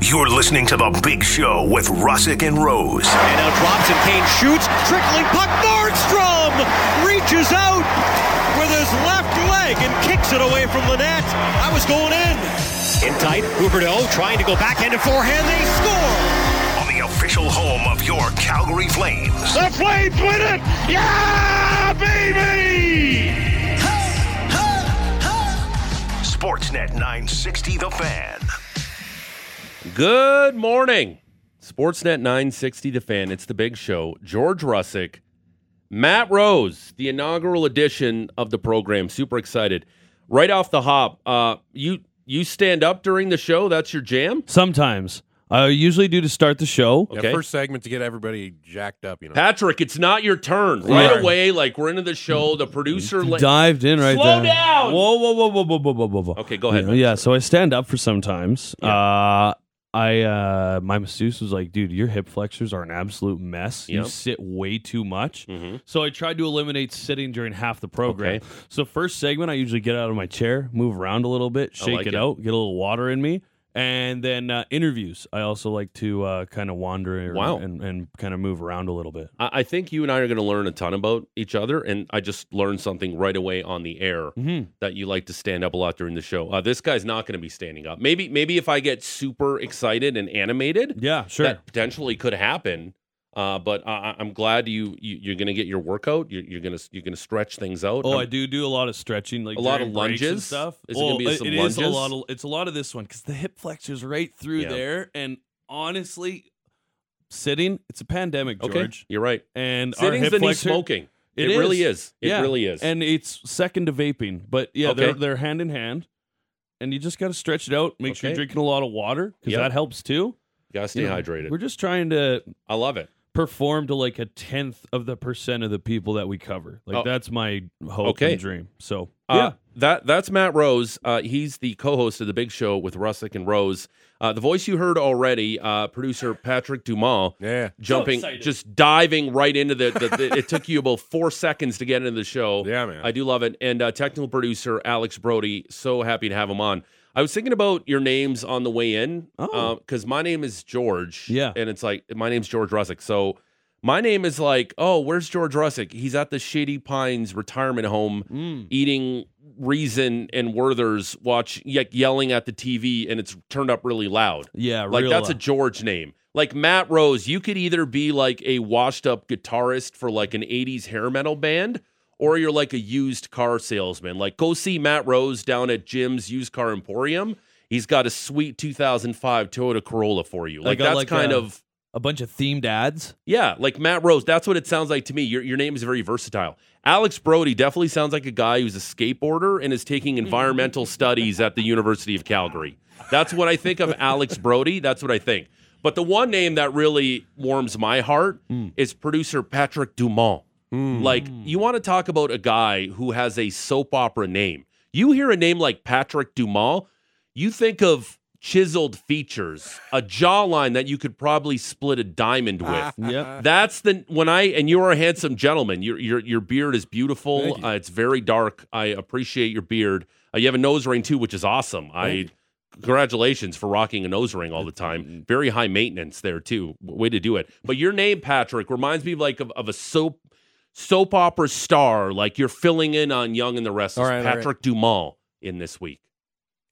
You're listening to The Big Show with Russick and Rose. And now drops and Kane shoots. Trickling puck. Nordstrom reaches out with his left leg and kicks it away from the net. I was going in. In tight. Huberto trying to go backhanded forehand. They score. On the official home of your Calgary Flames. The Flames win it! Yeah, baby! Sportsnet 960 The Fan. Good morning. Sportsnet 960 The Fan. It's the big show. George Russick, Matt Rose, the inaugural edition of the program. Super excited. Right off the hop, uh, you you stand up during the show. That's your jam. Sometimes. I usually do to start the show. Okay. Yeah, first segment to get everybody jacked up, you know. Patrick, it's not your turn. Right Yeah. away, like we're into the show. Mm-hmm. The producer la- Dived in right Slow there. down! Whoa, whoa, whoa, whoa, whoa, whoa, whoa, whoa, whoa. Okay, go ahead, Yeah, man. Yeah, so I stand up for sometimes. Uh, I uh, my masseuse was like, "Dude, your hip flexors are an absolute mess. You Yep. Mm-hmm. sit way too much." So I tried to eliminate sitting during half the program. Okay. So first segment, I usually get out of my chair, move around a little bit, shake like it, it. out, get a little water in me. And then uh, interviews. I also like to uh, kind of wander Wow. and, and kind of move around a little bit. I, I think you and I are going to learn a ton about each other, and I just learned something right away on the air Mm-hmm. that you like to stand up a lot during the show. Uh, this guy's not going to be standing up. Maybe maybe if I get super excited and animated, Yeah, sure. that potentially could happen. Uh, but I, I- I'm glad you, you you're going to get your workout. You're, you're going to you're going to stretch things out. Oh, I'm- I do do a lot of stretching, like A lot during of breaks and lunges? stuff. Is it gonna be Well, some it is a lunges? lot of it's a lot of this one because the hip flexors right through Yeah. there, and honestly, sitting it's a pandemic, Okay, George, you're right. and our Sitting's hip the new flexor- smoking. It, It is. really is. It Yeah, really is. and it's second to vaping, but yeah, Okay. they're they're hand in hand, and you just got to stretch it out. Make sure Okay. you're drinking a lot of water because Yep. that helps too. you gotta stay You know, hydrated. We're just trying to I love it. perform to like a tenth of the percent of the people that we cover. Like Oh. that's my hope Okay. and dream. So Uh, that that's Matt Rose. Uh, he's the co-host of the Big Show with Russick and Rose. Uh, the voice you heard already, uh, producer Patrick Dumas, Yeah. jumping, excited. just diving right into the. the, the- it took you about four seconds to get into the show. Yeah, man. I do love it. And uh, technical producer Alex Brody, so happy to have him on. I was thinking about your names on the way in, Oh. because my name is George. Yeah. and it's like my name's George Russick, so. My name is like, oh, where's George Russick? He's at the Shady Pines retirement home yeah. Mm. eating reason and Werther's watch ye- yelling at the TV and it's turned up really loud. Yeah, Like real, that's uh, a George name. Like Matt Rose, you could either be like a washed up guitarist for like an 80s hair metal band or you're like a used car salesman. Like go see Matt Rose down at Jim's used car emporium. He's got a sweet 2005 Toyota Corolla for you. Like Like a- that's like kind a- of a bunch of themed ads. yeah, like Matt Rose. That's what it sounds like to me. Your, your name is very versatile. Alex Brody definitely sounds like a guy who's a skateboarder and is taking environmental studies at the University of Calgary. That's what I think of Alex Brody. That's what I think. But the one name that really warms my heart is producer Patrick Dumont. Like, you want to talk about a guy who has a soap opera name. You hear a name like Patrick Dumont, you think of chiseled features, a jawline that you could probably split a diamond with. Uh-huh. Yep. That's the when I and you are a handsome gentleman. Your your your beard is beautiful. Uh, it's very dark. I appreciate your beard. Uh, you have a nose ring too, which is awesome. I congratulations for rocking a nose ring all the Mm-hmm. time. Very high maintenance there too. W- Way to do it. But your name Patrick reminds me like of, of a soap soap opera star. Like you're filling in on Young and the Restless. All right, all right. Patrick Dumont in this week.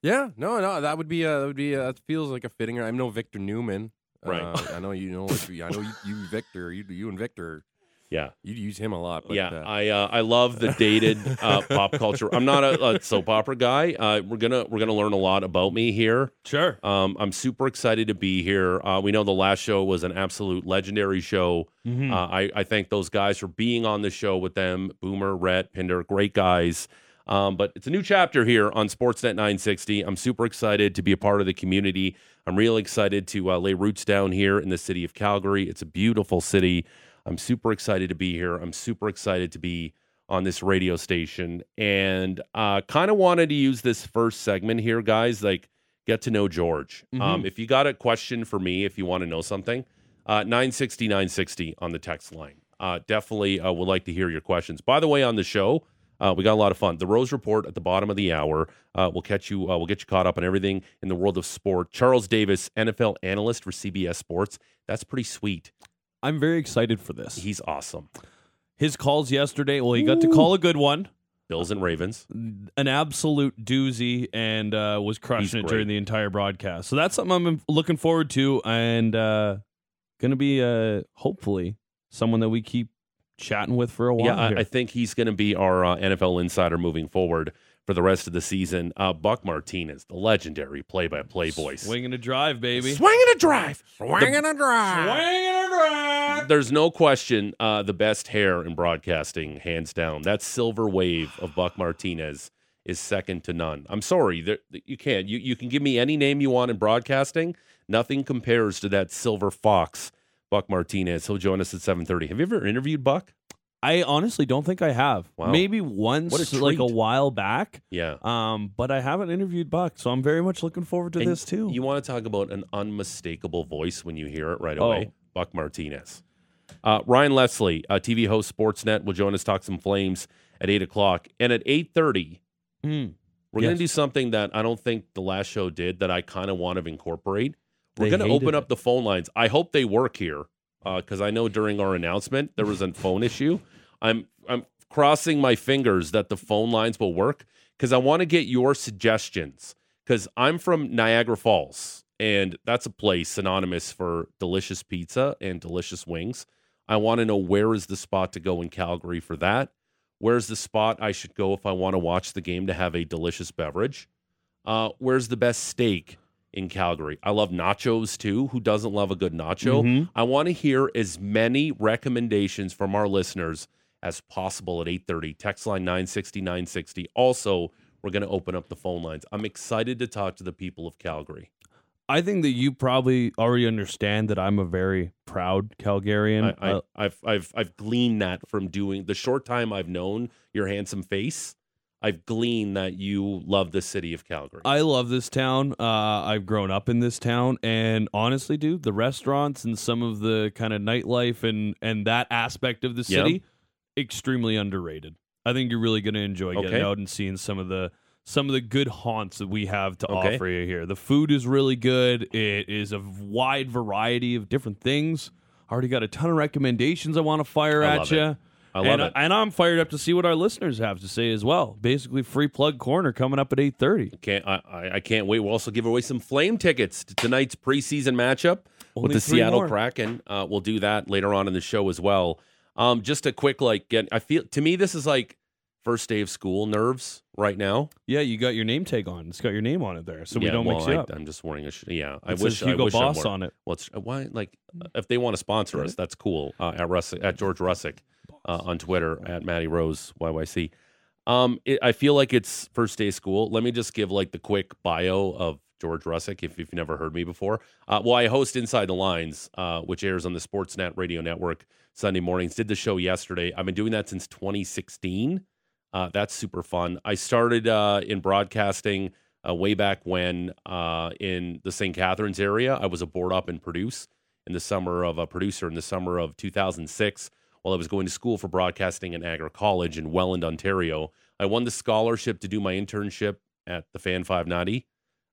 Yeah, no, no, that would be uh that would be uh that feels like a fitting. I'm no Victor Newman. Right. Uh, I know you know like, I know you, you Victor, you you and Victor, Yeah. you use him a lot, but yeah, uh, I uh, I love the dated uh, pop culture. I'm not a, a soap opera guy. Uh, we're gonna we're gonna learn a lot about me here. Sure. Um, I'm super excited to be here. Uh, we know the last show was an absolute legendary show. Uh, I, I thank those guys for being on the show with them. Boomer, Rhett, Pinder, great guys. Um, but it's a new chapter here on Sportsnet 960. I'm super excited to be a part of the community. I'm really excited to uh, lay roots down here in the city of Calgary. It's a beautiful city. I'm super excited to be here. I'm super excited to be on this radio station. And uh, kind of wanted to use this first segment here, guys. Like, get to know George. Um, if you got a question for me, if you want to know something, uh, 960 960 on the text line. Uh, definitely uh, would like to hear your questions. By the way, on the show, Uh, we got a lot of fun. The Rose Report at the bottom of the hour. Uh, we'll catch you. Uh, we'll get you caught up on everything in the world of sport. Charles Davis, NFL analyst for CBS Sports. That's pretty sweet. I'm very excited for this. He's awesome. His calls yesterday. Well, he got to call a good one, Bills and Ravens. an absolute doozy, and uh, was He's crushing it great. during the entire broadcast. So that's something I'm looking forward to, and uh, gonna be uh, hopefully someone that we keep chatting with for a while. Yeah, I, here. I think he's going to be our uh, NFL insider moving forward for the rest of the season. Uh, Buck Martinez, the legendary play-by-play voice. Swinging a drive, baby. Swinging a drive. Swinging a drive. There's no question uh, the best hair in broadcasting, hands down. That silver wave of Buck Martinez is second to none. I'm sorry, there, you can't. You, you can give me any name you want in broadcasting. Nothing compares to that silver fox, Buck Martinez. He'll join us at 7:30. Have you ever interviewed Buck? I honestly don't think I have. Wow. Maybe once, What a like a treat. while back. Yeah. Um, but I haven't interviewed Buck, so I'm very much looking forward to And this too. You want to talk about an unmistakable voice when you hear it right Oh. away? Buck Martinez. Uh, Ryan Leslie, uh, TV host Sportsnet, will join us talk some flames at eight o'clock, and at eight thirty. Mm. We're going Yes. to do something that I don't think the last show did that I kind of want to incorporate. We're They going to hated open it. up the phone lines. I hope they work here because I know during our announcement there was a phone issue. I'm I'm crossing my fingers that the phone lines will work because I want to get your suggestions because I'm from Niagara Falls and that's a place synonymous for delicious pizza and delicious wings. I want to know where is the spot to go in Calgary for that where's the spot I should go if I want to watch the game to have a delicious beverage? Uh, where's the best steak in Calgary? I love nachos too. Who doesn't love a good nacho? Mhm. I want to hear as many recommendations from our listeners as possible at 8:30. Text line 960 960. Also, we're going to open up the phone lines. I'm excited to talk to the people of Calgary. I think that you probably already understand that I'm a very proud Calgarian. I, I, Uh, I've I've I've gleaned that from doing the short time I've known your handsome face. I've gleaned that you love the city of Calgary. I love this town. Uh, I've grown up in this town, and honestly, dude, the restaurants and some of the kind of nightlife and and that aspect of the Yeah. city, extremely underrated. I think you're really going to enjoy getting Okay. out and seeing some of the some of the good haunts that we have to Okay. offer you here. The food is really good. It is a wide variety of different things. I already got a ton of recommendations I want to fire I at love you. it. I love and, it. and I'm fired up to see what our listeners have to say as well. Basically, free plug corner coming up at eight thirty. can't I, I- I can't wait. We'll also give away some flame tickets to tonight's preseason matchup with Only the three Seattle more. Kraken. Uh, we'll do that later on in the show as well. Um, just a quick like get. I feel to me this is like first day of school nerves right now. Yeah, you got your name tag on. It's got your name on it there, so we Yeah, don't well, mix it I, up. I'm just wearing a sh- yeah. I It says wish I Hugo wish I Boss wore- on it. Well, it's, uh, why? Like, if they want to sponsor us, that's cool. Uh, at Russ, at George Russick uh, on Twitter at Matty Rose YYC. Um, it, I feel like it's first day of school. Let me just give like the quick bio of George Russick if, if you've never heard me before. Uh, well, I host Inside the Lines, uh, which airs on the Sportsnet Radio Network Sunday mornings. Did the show yesterday. I've been doing that since 2016. Uh, that's super fun. I started uh, in broadcasting uh, way back when uh, in the St. Catharines area. I was a board op and produce in the summer of a producer in the summer of 2006 while I was going to school for broadcasting at Niagara College in Welland, Ontario. I won the scholarship to do my internship at the Fan 590.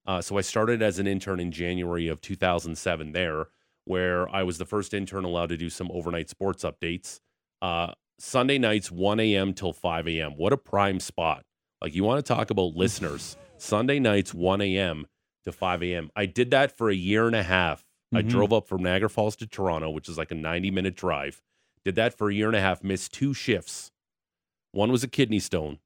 Uh, so I started as an intern in January of 2007 there, where I was the first intern allowed to do some overnight sports updates. Uh, Sunday nights, 1 a.m. till 5 a.m. What a prime spot. Like, you want to talk about listeners. Sunday nights, 1 a.m. to 5 a.m. I did that for a year and a half. I Mhm. drove up from Niagara Falls to Toronto, which is like a 90 minute drive. Did that for a year and a half, missed two shifts. One was a kidney stone.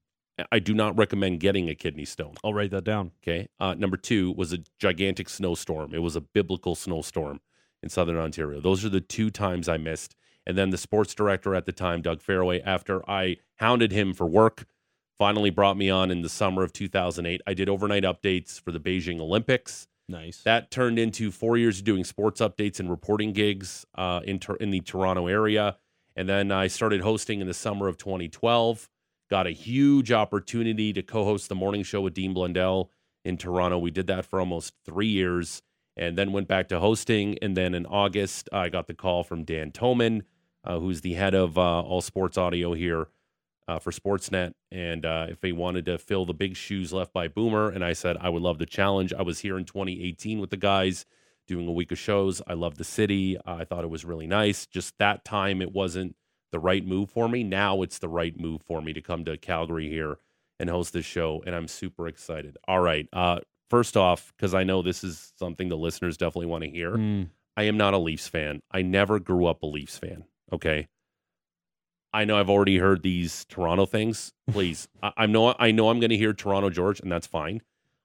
I do not recommend getting a kidney stone. I'll write that down. Okay. Uh, number two was a gigantic snowstorm. It was a biblical snowstorm in southern Ontario. Those are the two times I missed. And then the sports director at the time, Doug Fairway, after I hounded him for work, finally brought me on in the summer of 2008. I did overnight updates for the Beijing Olympics. Nice. That turned into four years of doing sports updates and reporting gigs uh, in, Tor- in the Toronto area. And then I started hosting in the summer of 2012. Got a huge opportunity to co host the morning show with Dean Blundell in Toronto. We did that for almost three years and then went back to hosting. And then in August, I got the call from Dan Toman, uh, who's the head of uh, all sports audio here uh, for Sportsnet, and uh, if they wanted to fill the big shoes left by Boomer, and I said I would love the challenge. I was here in 2018 with the guys doing a week of shows. I loved the city. I thought it was really nice. Just that time, it wasn't the right move for me. Now it's the right move for me to come to Calgary here and host this show, and I'm super excited. All right, uh, first off, because I know this is something the listeners definitely want to hear. Mm. I am not a Leafs fan. I never grew up a Leafs fan. Okay. I know I've already heard these Toronto things. Please, I, I know I know I'm going to hear Toronto George, and that's fine.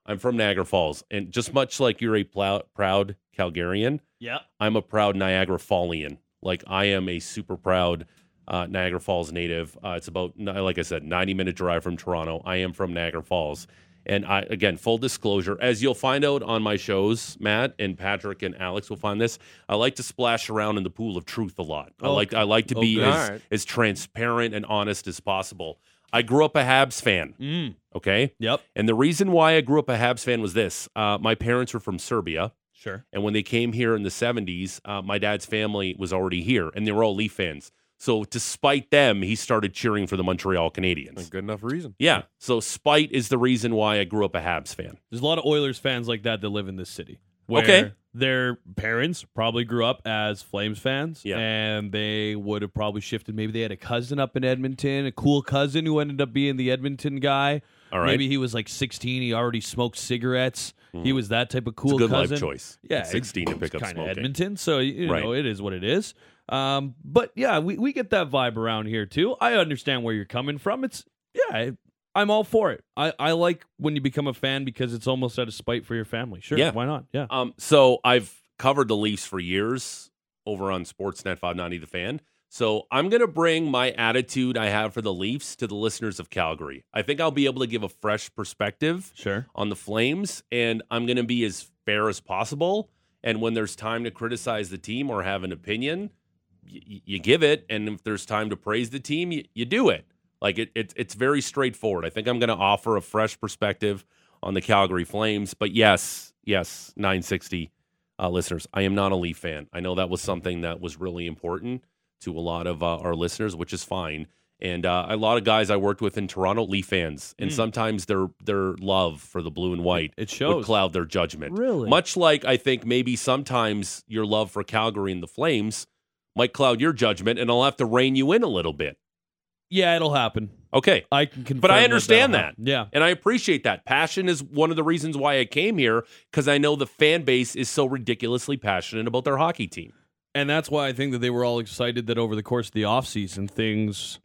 I'm from Niagara Falls, and just much like you're a plou- proud Calgarian, Yeah. I'm a proud Niagara Fallian. Like I am a super proud uh, Niagara Falls native. Uh, it's about n- like I said, 90 minute drive from Toronto. I am from Niagara Falls, and I again full disclosure, as you'll find out on my shows, Matt and Patrick and Alex will find this. I like to splash around in the pool of truth a lot. I Oh, like I like to oh, be good. as, All right. as transparent and honest as possible. I grew up a Habs fan. Mm. Okay, Yep. and the reason why I grew up a Habs fan was this: uh, my parents were from Serbia. Sure. And when they came here in the 70s, uh, my dad's family was already here and they were all Leaf fans. So, despite them, he started cheering for the Montreal Canadiens. Good enough reason. Yeah. So, spite is the reason why I grew up a Habs fan. There's a lot of Oilers fans like that that live in this city. Okay. Their parents probably grew up as Flames fans. Yeah. And they would have probably shifted. Maybe they had a cousin up in Edmonton, a cool cousin who ended up being the Edmonton guy. All right. Maybe he was like 16. He already smoked cigarettes. He was that type of cool Mm. it's a good cousin. life choice. Yeah, At 16 to pick up kind of smoking. Edmonton, so you Right. know it is what it is. Um, but yeah, we, we get that vibe around here too. I understand where you're coming from. It's yeah, I, I'm all for it. I, I like when you become a fan because it's almost out of spite for your family. Sure, Yeah. why not? Yeah, Um, so I've covered the Leafs for years over on Sportsnet 590 The Fan. So I'm going to bring my attitude I have for the Leafs to the listeners of Calgary. I think I'll be able to give a fresh perspective sure. on the Flames, and I'm going to be as fair as possible. And when there's time to criticize the team or have an opinion, y- you give it. And if there's time to praise the team, you, you do it. Like it, it, it's very straightforward. I think I'm going to offer a fresh perspective on the Calgary Flames. But yes, yes, 960 uh, listeners, I am not a Leaf fan. I know that was something that was really important to a lot of uh, our listeners, which is fine. And uh, a lot of guys I worked with in Toronto, Leaf fans, and Mm. sometimes their their love for the blue and white It would shows. cloud their judgment. Really? Much like I think maybe sometimes your love for Calgary and the Flames might cloud your judgment, and I'll have to rein you in a little bit. yeah, it'll happen. Okay. I can confirm, I that understand that'll happen. Yeah, And I appreciate that. Passion is one of the reasons why I came here because I know the fan base is so ridiculously passionate about their hockey team. and that's why I think that they were all excited that over the course of the offseason, things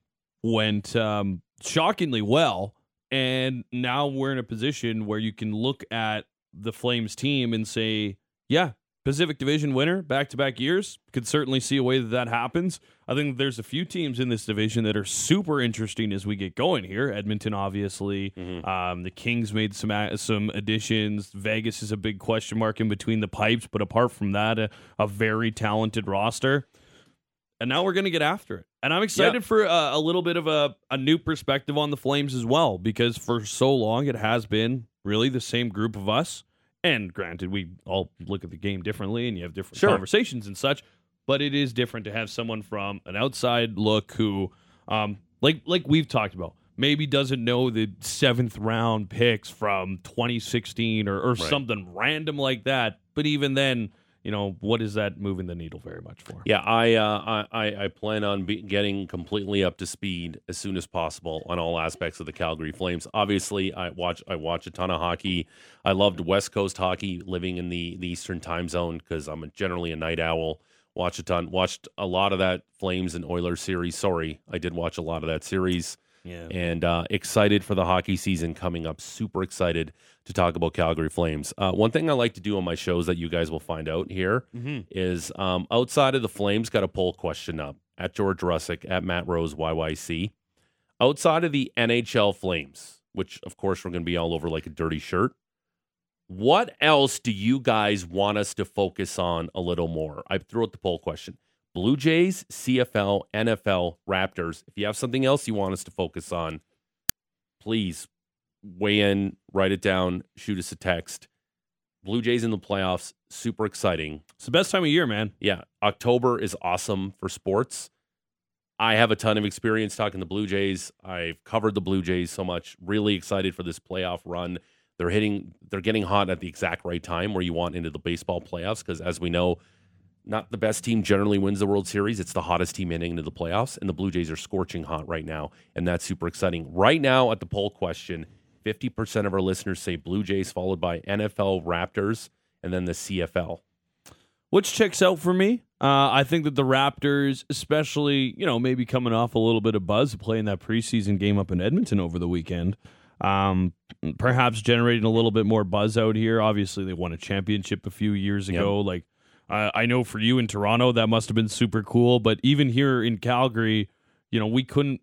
went um, shockingly well. And now we're in a position where you can look at the Flames team and say, yeah, Pacific Division winner, back to back years. Could certainly see a way that that happens. I think there's a few teams in this division that are super interesting as we get going here. Edmonton, obviously. Um, the Kings made some a- some additions. Vegas is a big question mark in between the pipes, but apart from that, a, a very talented roster. And now we're going to get after it. And I'm excited for a, a little bit of a, a new perspective on the Flames as well, because for so long it has been really the same group of us. And granted, we all look at the game differently and you have different Sure. conversations and such, but it is different to have someone from an outside look who, um, like like we've talked about, maybe doesn't know the seventh round picks from 2016 or, or something random like that. But even then, you know, what is that moving the needle very much for? Yeah, I uh, I- I I plan on be getting completely up to speed as soon as possible on all aspects of the Calgary Flames. Obviously, I watch I watch a ton of hockey. I loved West Coast hockey, living in the the Eastern Time Zone because I'm a, generally a night owl. Watch a ton. Watched a lot of that Flames and Oilers series. Sorry, I did watch a lot of that series Yeah. and uh, excited for the hockey season coming up. Super excited to talk about Calgary Flames. Uh, one thing I like to do on my shows that you guys will find out here is um, outside of the Flames, got a poll question up at George Russick at Matt Rose YYC. Outside of the NHL Flames, which of course we're going to be all over like a dirty shirt. What else do you guys want us to focus on a little more? I threw out the poll question. Blue Jays, CFL, NFL, Raptors. If you have something else you want us to focus on, please weigh in, write it down, shoot us a text. Blue Jays in the playoffs, super exciting. It's the best time of year, man. Yeah, October is awesome for sports. I have a ton of experience talking to Blue Jays. I've covered the Blue Jays so much. Really excited for this playoff run. They're hitting, they're getting hot at the exact right time where you want into the baseball playoffs. Because as we know, not the best team generally wins the World Series. It's the hottest team heading into the playoffs, and the Blue Jays are scorching hot right now, and that's super exciting. Right now, at the poll question, 50% of our listeners say Blue Jays, followed by NFL Raptors, and then the CFL. which checks out for me. Uh, I think that the Raptors, especially you know maybe coming off a little bit of buzz playing that preseason game up in Edmonton over the weekend, um, perhaps generating a little bit more buzz out here. Obviously, they won a championship a few years ago. Like I Uh, I know for you in Toronto, that must have been super cool. But even here in Calgary, you know we couldn't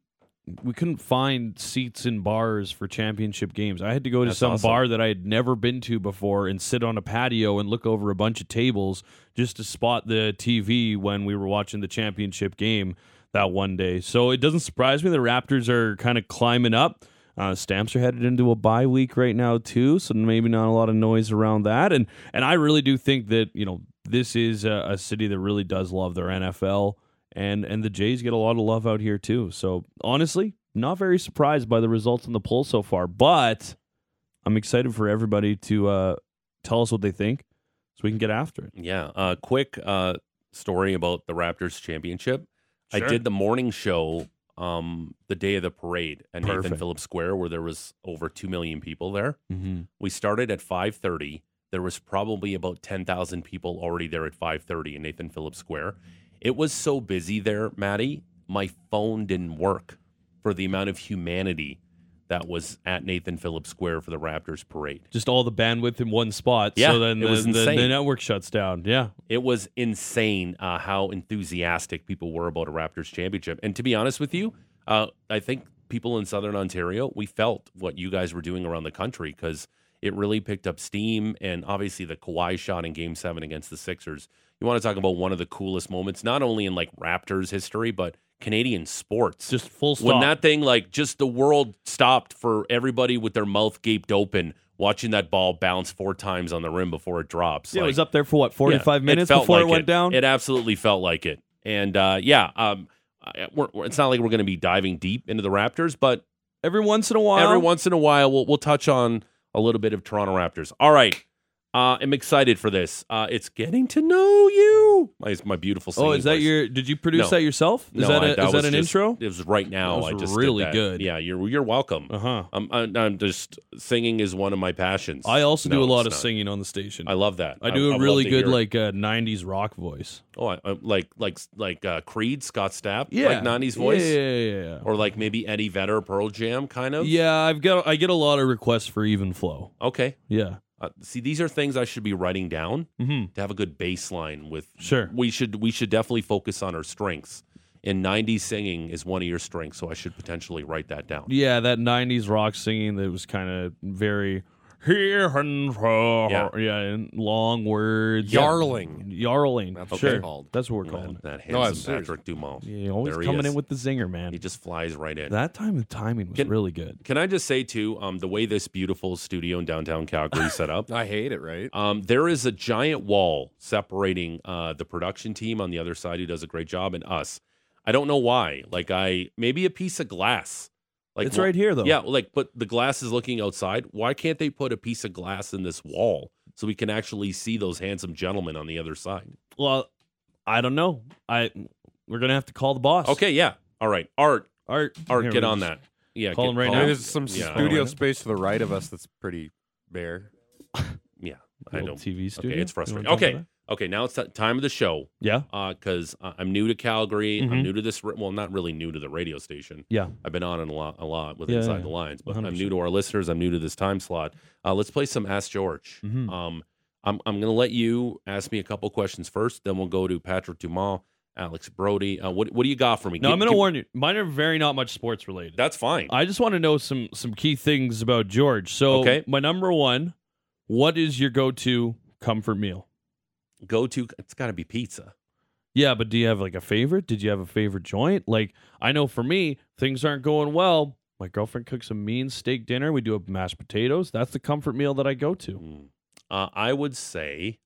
we couldn't find seats in bars for championship games. I had to go to That's some awesome. bar that I had never been to before and sit on a patio and look over a bunch of tables just to spot the TV when we were watching the championship game that one day. So it doesn't surprise me the Raptors are kind of climbing up. Uh, Stamps are headed into a bye week right now too, so maybe not a lot of noise around that. And and I really do think that you know this is a, a city that really does love their NFL and and the Jays get a lot of love out here too. So honestly, not very surprised by the results in the poll so far, but I'm excited for everybody to uh, tell us what they think so we can get after it. Yeah. Uh, quick uh, story about the Raptors championship. I Sure. did the morning show um, the day of the parade at Nathan Perfect. Phillips Square, where there was over two million people there. Mm-hmm. We started at 5:30. There was probably about 10,000 people already there at 5:30 in Nathan Phillips Square. It was so busy there, Maddie. My phone didn't work for the amount of humanity that was at Nathan Phillips Square for the Raptors parade. Just all the bandwidth in one spot. Yeah, so then it the, was the- the insane. network shuts down. Yeah. It was insane uh, how enthusiastic people were about a Raptors championship. And to be honest with you, uh, I think people in Southern Ontario, we felt what you guys were doing around the country because it really picked up steam. And obviously, the Kawhi shot in game seven against the Sixers. You want to talk about one of the coolest moments, not only in like Raptors history, but Canadian sports. Just full stop. when that thing, like, just the world stopped for everybody with their mouth gaped open, watching that ball bounce four times on the rim before it drops. yeah, it Like, was up there for what, yeah, 45 it minutes felt before like it went down? It absolutely felt like it. And uh, yeah, um, I- we're, we're- it's not like we're going to be diving deep into the Raptors, but Every once in a while. every once in a while, we'll, we'll touch on a little bit of Toronto Raptors. All right. Uh, I'm excited for this. Uh, it's getting to know you. My, my beautiful singing Oh, is that voice. your. Did you produce No. that yourself? Is No, that, I- a, is was that an just- intro? It was right now. That was I just did really that. good. Yeah, you're you're welcome. Uh huh. I'm, I'm I'm just singing is one of my passions. I also No, do a lot it's of not. singing on the station. I love that. I do a a really good like uh, '90s rock voice. Oh, I, I, like like like uh, Creed, Scott Stapp, Yeah, like '90s voice, Yeah, yeah, yeah. or like maybe Eddie Vedder, Pearl Jam, kind yeah. of. yeah, I've got I get a lot of requests for even flow. Okay. Yeah. Uh, see, these are things I should be writing down Mm-hmm. to have a good baseline. With Sure. we should we should definitely focus on our strengths. And '90s singing is one of your strengths, so I should potentially write that down. Yeah, that '90s rock singing that was kind of very here and ho- Yeah. yeah, and long words, Yarling. yarling. That's That's what sure, they're called. that's what we're Oh, calling. it. that No, I'm handsome serious. Patrick Dumont. Yeah, always There he coming is. in with the zinger, man. He just flies right in. that time the timing was Can- really good. Can I just say too, um, the way this beautiful studio in downtown Calgary is set up, I hate it, right? Um, there is a giant wall separating uh, the production team on the other side, who does a great job, and us. I don't know why. Like I maybe a piece of glass. Like it's right here though. Yeah, like but the glass is looking outside. Why can't they put a piece of glass in this wall so we can actually see those handsome gentlemen on the other side? Well, I don't know. I we're gonna have to call the boss. Okay, yeah. All right, Art, Art, Art, here, get we on just- that. Yeah, call get- him right I now. mean, there's some Yeah. studio space to the right of us that's pretty bare. Yeah, I Little don't. TV studio. Okay, it's You wanna frustrating. jump on Okay, that? okay. Now it's t- time of the show. Yeah. because uh, I'm new to Calgary. I'm Mhm. new to this. ra- Well, not really new to the radio station. Yeah. I've been on it a lot, a lot with Yeah, Inside yeah. the Lines, but i am 100%. new to our listeners. I'm new to this time slot. Uh, let's play some Ask George. Mhm. Um, I'm I'm gonna let you ask me a couple questions first, then we'll go to Patrick Dumont, Alex Brody. Uh, what what do you got for me? No, Gi- I'm going to gi- warn you. Mine are very not much sports related. That's fine. I just want to know some some key things about George. So, Okay. my number one, what is your go to comfort meal? go to. It's got to be pizza. Yeah, but do you have like a favorite? Did you have a favorite joint? Like, I know for me, things aren't going well. My girlfriend cooks a mean steak dinner. We do a mashed potatoes. That's the comfort meal that I go to. Mm. Uh, I would say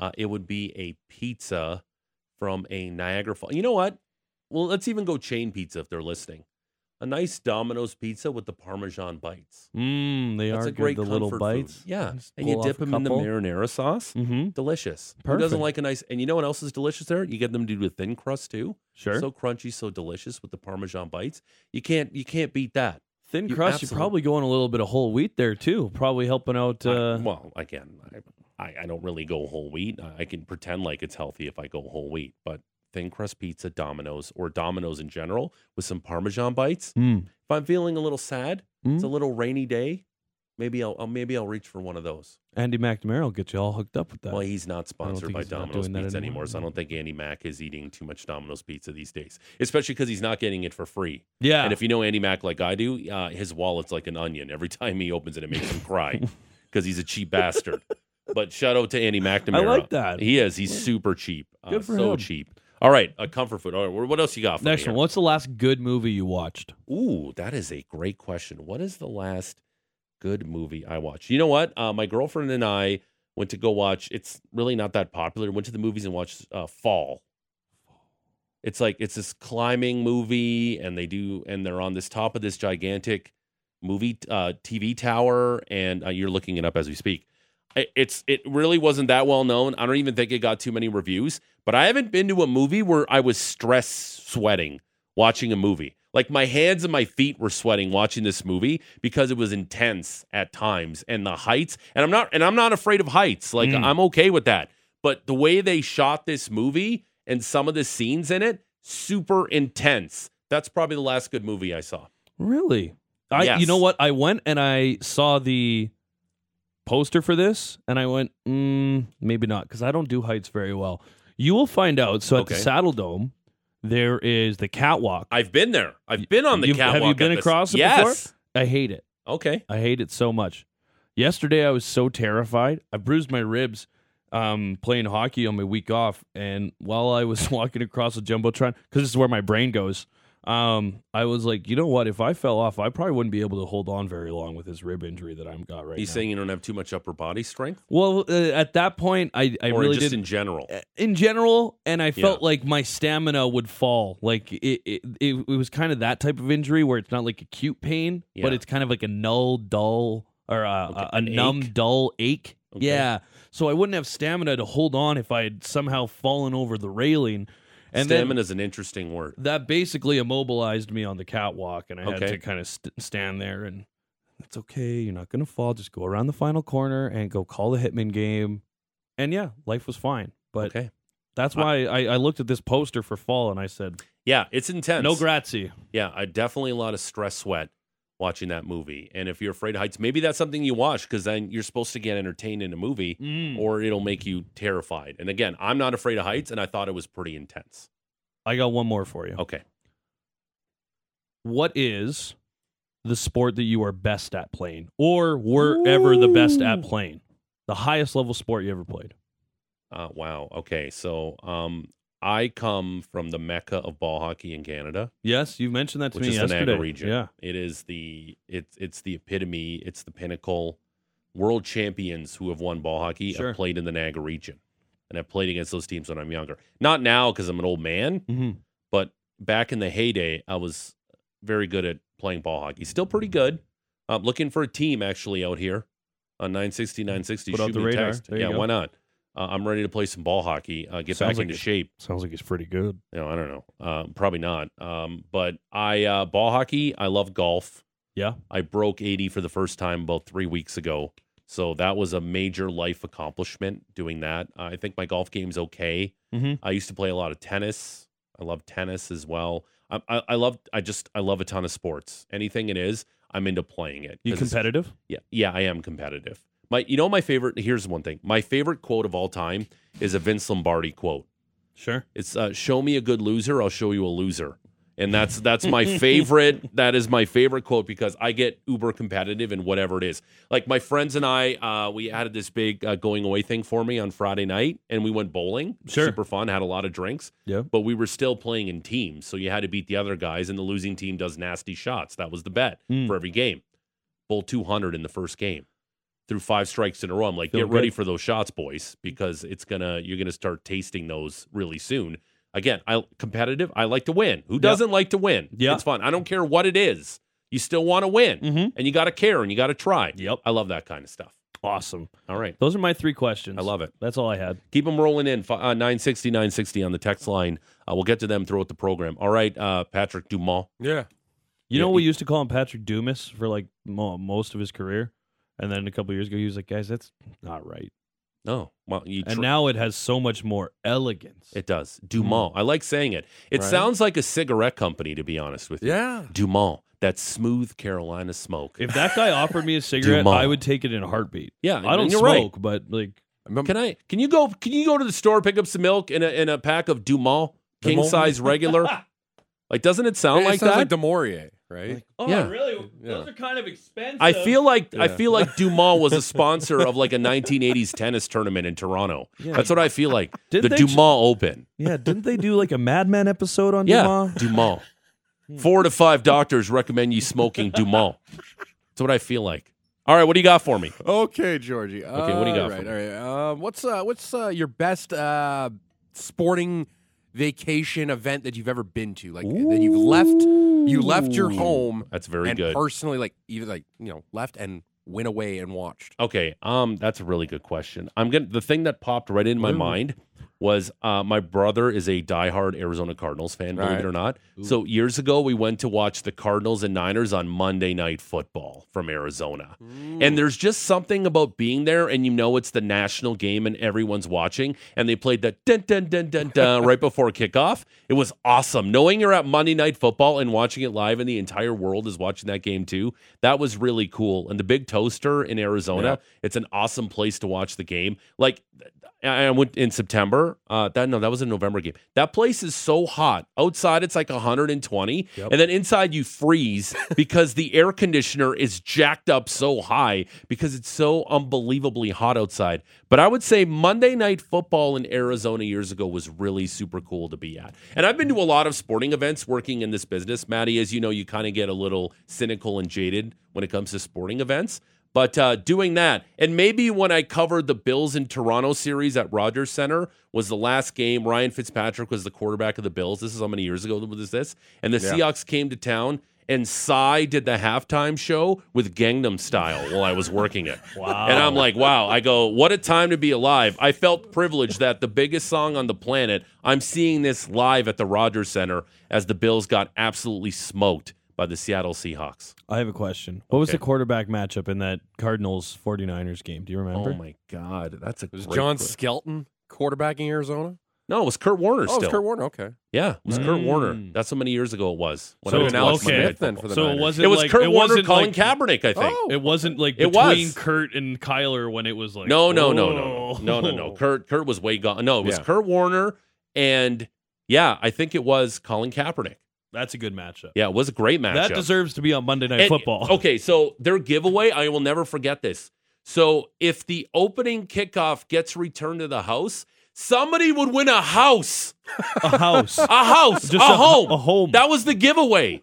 uh, it would be a pizza from a Niagara Falls. You know what? well, let's even go chain pizza if they're listening. A nice Domino's pizza with the Parmesan bites. Mm, they That's are a great good, the little comfort food. bites. Yeah, Just and you pull off dip a them in the couple. marinara sauce. Mm-hmm. Delicious. Who Perfect. doesn't like a nice? And you know what else is delicious there? You get them to do a thin crust too. Sure. So crunchy, so delicious with the Parmesan bites. You can't you can't beat that. Thin You crust, absolute- you're probably going a little bit of whole wheat there too. Probably helping out. I, Uh, well, again, I, I I don't really go whole wheat. I, I can pretend like it's healthy if I go whole wheat, but thin crust pizza, Domino's, or Domino's in general with some Parmesan bites. mm. If I'm feeling a little sad, it's a Mm. little rainy day. Maybe I'll, I'll maybe I'll reach for one of those. Andy McNamara will get you all hooked up with that. Well, he's not don't sponsored think by he's not Domino's doing that Pizza anymore, anymore. so I don't think Andy Mack is eating too much Domino's Pizza these days, especially because he's not getting it for free. yeah. And if you know Andy Mack like I do, uh, his wallet's like an onion. Every time he opens it, it makes him cry because he's a cheap bastard. But shout out to Andy McNamara. I like that. He is. He's super cheap. Uh, Good for so him. cheap. All right, a comfort food. All right, what else you got? For me Next here? one. What's the last good movie you watched? Ooh, that is a great question. What is the last good movie I watched? You know what? Uh, my girlfriend and I went to go watch. It's really not that popular. Went to the movies and watched uh, Fall. It's like it's this climbing movie, and they do, and they're on this top of this gigantic movie uh, TV tower, and uh, you're looking it up as we speak. I- It's it really wasn't that well known. I don't even think it got too many reviews. But I haven't been to a movie where I was stress sweating watching a movie. Like my hands and my feet were sweating watching this movie because it was intense at times and the heights. And I'm not and I'm not afraid of heights. Like Mm. I'm okay with that. But the way they shot this movie and some of the scenes in it, super intense. That's probably the last good movie I saw. Really? I you Yes. know what? I went and I saw the poster for this and I went, mm, maybe not cuz I don't do heights very well. You will find out. So at the Okay. Saddle Dome, there is the catwalk. I've been there. I've been on the You've- have catwalk. you been at this- across it before? yes. I hate it. Okay. I hate it so much. Yesterday I was so terrified. I bruised my ribs um, playing hockey on my week off, and while I was walking across the jumbotron, because this is where my brain goes, um, I was like, you know what? If I fell off, I probably wouldn't be able to hold on very long with this rib injury that I'm got right you now. saying you don't have too much upper body strength? well, uh, at that point, I I or really just didn't in general? uh, in general, and I felt Yeah. like my stamina would fall. Like it, it, it, it was kind of that type of injury where it's not like acute pain, Yeah. but it's kind of like a null, dull, or a, Okay, a, a an numb, ache? dull ache. Okay. Yeah. So I wouldn't have stamina to hold on if I had somehow fallen over the railing, and Stamina is an interesting word. then that basically immobilized me on the catwalk, and I had Okay. to kind of st- stand there and. It's okay. You're not gonna fall. Just go around the final corner and go call the Hitman game, and yeah, life was fine. But okay. that's why I, I looked at this poster for fall and I said, Yeah, it's intense. no grazie. Yeah, I definitely a lot of stress sweat watching that movie. And if you're afraid of heights, maybe that's something you watch because then you're supposed to get entertained in a movie Mm. or it'll make you terrified. And again, I'm not afraid of heights and I thought it was pretty intense. I got one more for you. Okay. What is the sport that you are best at playing or were ever the best at playing? The highest level sport you ever played? Uh, wow. Okay. So um, I come from the mecca of ball hockey in Canada. Yes, you mentioned that to which me is the yesterday. Niagara region. Yeah. It is the it's it's the epitome, it's the pinnacle. World champions who have won ball hockey Sure. have played in the Niagara region. And I've played against those teams when I'm younger. Not now because I'm an old man, Mhm. but back in the heyday, I was very good at playing ball hockey. Still pretty good. I'm looking for a team actually out here on 960, 960. Put Shoot out the me a radar. text. There you Yeah, go. why not? Uh, I'm ready to play some ball hockey, uh, get Sounds back like into it. shape Sounds like he's pretty good. you know, I don't know. Um, probably not. Um, but I uh, ball hockey. I love golf. Yeah. I broke eighty for the first time about three weeks ago, so that was a major life accomplishment. Doing that, I think my golf game's okay. Mhm. I used to play a lot of tennis. I love tennis as well. I, I, I love. I just. I love a ton of sports. Anything it is, I'm into playing it. You 'cause it's- competitive? yeah, yeah, I am competitive. My, you know, my favorite. Here's one thing. My favorite quote of all time is a Vince Lombardi quote. Sure. It's uh, show me a good loser, I'll show you a loser. And that's that's my favorite. That is my favorite quote because I get uber competitive in whatever it is. Like my friends and I, uh, we had this big uh, going away thing for me on Friday night, and we went bowling. Sure. super fun. Had a lot of drinks. Yeah. but we were still playing in teams, so you had to beat the other guys, and the losing team does nasty shots. That was the bet Mm. for every game. Bowl two hundred in the first game through five strikes in a row. I'm like, Feel get ready good. for those shots, boys, because it's gonna you're gonna start tasting those really soon. Again, I competitive. I like to win. Who doesn't like to win? Yeah. it's fun. I don't care what it is. You still want to win, Mhm. and you got to care, and you got to try. Yep. I love that kind of stuff. Awesome. All right, Those are my three questions. I love it. That's all I had. Keep them rolling in. Fi- Uh, 960, 960 on the text line. Uh, we'll get to them throughout the program. All right, uh, Patrick Dumont. Yeah. You Yeah, know, we used to call him Patrick Dumas for like mo- most of his career. And then a couple years ago, he was like, guys, that's not right. No, Oh, well, you And tr- now it has so much more elegance. it does. Dumont. I like saying it. It Hmm. Right. sounds like a cigarette company, to be honest with you. Yeah. Dumont, that smooth Carolina smoke. if that guy offered me a cigarette, Dumont. I would take it in a heartbeat. yeah, I don't and you're smoke, right. but like, Remember- Can I? Can you go? Can you go to the store pick up some milk in a in a pack of Dumont king Dumont? size regular? like, doesn't it sound it like sounds that? like Demorier, right? oh, Yeah. really? Yeah. Those are kind of expensive. I feel like I Yeah. feel like Dumont was a sponsor of like a 1980s tennis tournament in Toronto. That's what I feel like. the Didn't they Dumont ju- Open. yeah. Didn't they do like a Mad Men episode on Yeah, Dumont? Dumont. Hmm. Four to five doctors recommend you smoking Dumont. That's what I feel like. All right, what do you got for me? Okay, Georgie. Okay, what do you got All right, for all right. Um, what's uh, what's uh, your best uh, sporting vacation event that you've ever been to? Like that you've left, you left your home That's very and good. personally, like even like you know, left and went away and watched. Okay, um, that's a really good question. I'm gonna the thing that popped right in my mind was uh, my brother is a diehard Arizona Cardinals fan, believe Right. it or not. So years ago, we went to watch the Cardinals and Niners on Monday Night Football from Arizona, and there's just something about being there, and you know it's the national game and everyone's watching, and they played that dun dun dun dun dun right before kickoff. It was awesome knowing you're at Monday Night Football and watching it live, and the entire world is watching that game too. That was really cool, and the Big Toaster in Arizona. It's an awesome place to watch the game. Like I I went in September. Uh, that no, that was a November game. That place is so hot. Outside, it's like 120, and then inside you freeze because the air conditioner is jacked up so high because it's so unbelievably hot outside. But I would say Monday Night Football in Arizona years ago was really super cool to be at. And I've been to a lot of sporting events working in this business, Maddie. As you know, you kind of get a little cynical and jaded when it comes to sporting events. But uh, doing that, and maybe when I covered the Bills in Toronto series at Rogers Center was the last game. Ryan Fitzpatrick was the quarterback of the Bills. This is how many years ago was this? And the Seahawks came to town, and Psy did the halftime show with Gangnam Style while I was working it. wow! And I'm like, wow! I go, what a time to be alive. I felt privileged that the biggest song on the planet, I'm seeing this live at the Rogers Center as the Bills got absolutely smoked by the Seattle Seahawks. I have a question. What was Okay. the quarterback matchup in that Cardinals 49ers game? Do you remember? Oh my God, that's a It was great John question. Skelton quarterbacking Arizona? No, it was Kurt Warner oh, still. it's Kurt Warner. Okay, Yeah, it was Kurt Mm. Warner. That's how many years ago it was. So I it's announced okay. Monday Night Then Football. for the so it Niners. wasn't it was like, Kurt it Warner, wasn't Colin like, Kaepernick, I think. Oh. It wasn't like It between was. Kurt and Kyler when it was like Oh. No, no, no, no, whoa. no, no, no, no. Kurt, Kurt was way gone. No, it was Yeah. Kurt Warner, and yeah, I think it was Colin Kaepernick. That's a good matchup. Yeah, it was a great matchup. That deserves to be on Monday Night And- Football. Okay, so their giveaway, I will never forget this. So if the opening kickoff gets returned to the house, somebody would win a house, A house. a house, Just a, home, A home. That was the giveaway.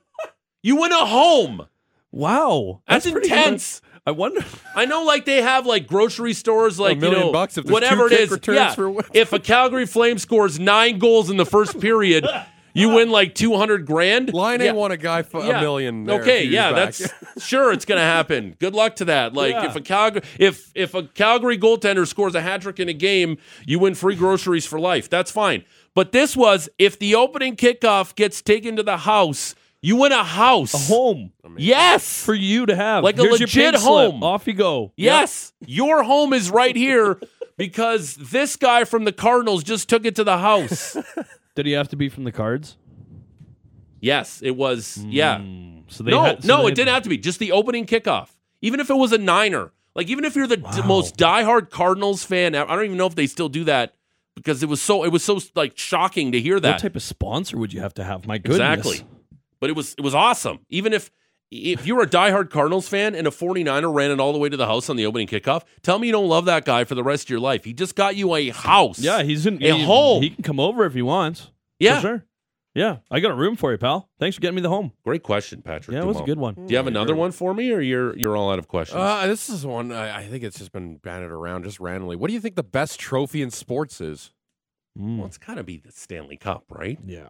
You win a home. wow. That's, pretty good. intense. I wonder. I know, like they have like grocery stores, like million you know, bucks if there's whatever two it kick is. returns yeah. for- if a Calgary Flame scores nine goals in the first period, you win like two hundred grand. Line yeah. A won a guy for Yeah. a million. there a Okay, few yeah, years back. that's sure it's gonna happen. Good luck to that. Like Yeah. if a Calgary if if a Calgary goaltender scores a hat trick in a game, you win free groceries for life. That's fine. But this was if the opening kickoff gets taken to the house, you win a house. A home Yes. for you to have. Like a Here's your legit pink slip. home. Off you go. Yes, your home is right here because this guy from the Cardinals just took it to the house. Yep. Did he have to be from the cards? yes, it was. Yeah. Hmm. Hmm. So they No, had- so no, they it had- didn't have to be. Just the opening kickoff. Even if it was a Niner, like even if you're the d- most diehard Cardinals fan, I don't even know if they still do that because it was so it was so like shocking to hear What that. type of sponsor would you have to have? My goodness. Exactly. But it was it was awesome. Even if if you were a diehard Cardinals fan and a 49er ran it all the way to the house on the opening kickoff, tell me you don't love that guy for the rest of your life. He just got you a house. Yeah, he's in A he- home. He can come over if he wants. yeah. For sure. Yeah, I got a room for you, pal. Thanks for getting me the home. Great question, Patrick. Yeah, it was a Dumont. good one. Do you have another one for me, or you're you're all out of questions? Uh, this is one I, I think it's just been batted around just randomly. What do you think the best trophy in sports is? Well, it's got to be the Stanley Cup, right? Hmm. Yeah.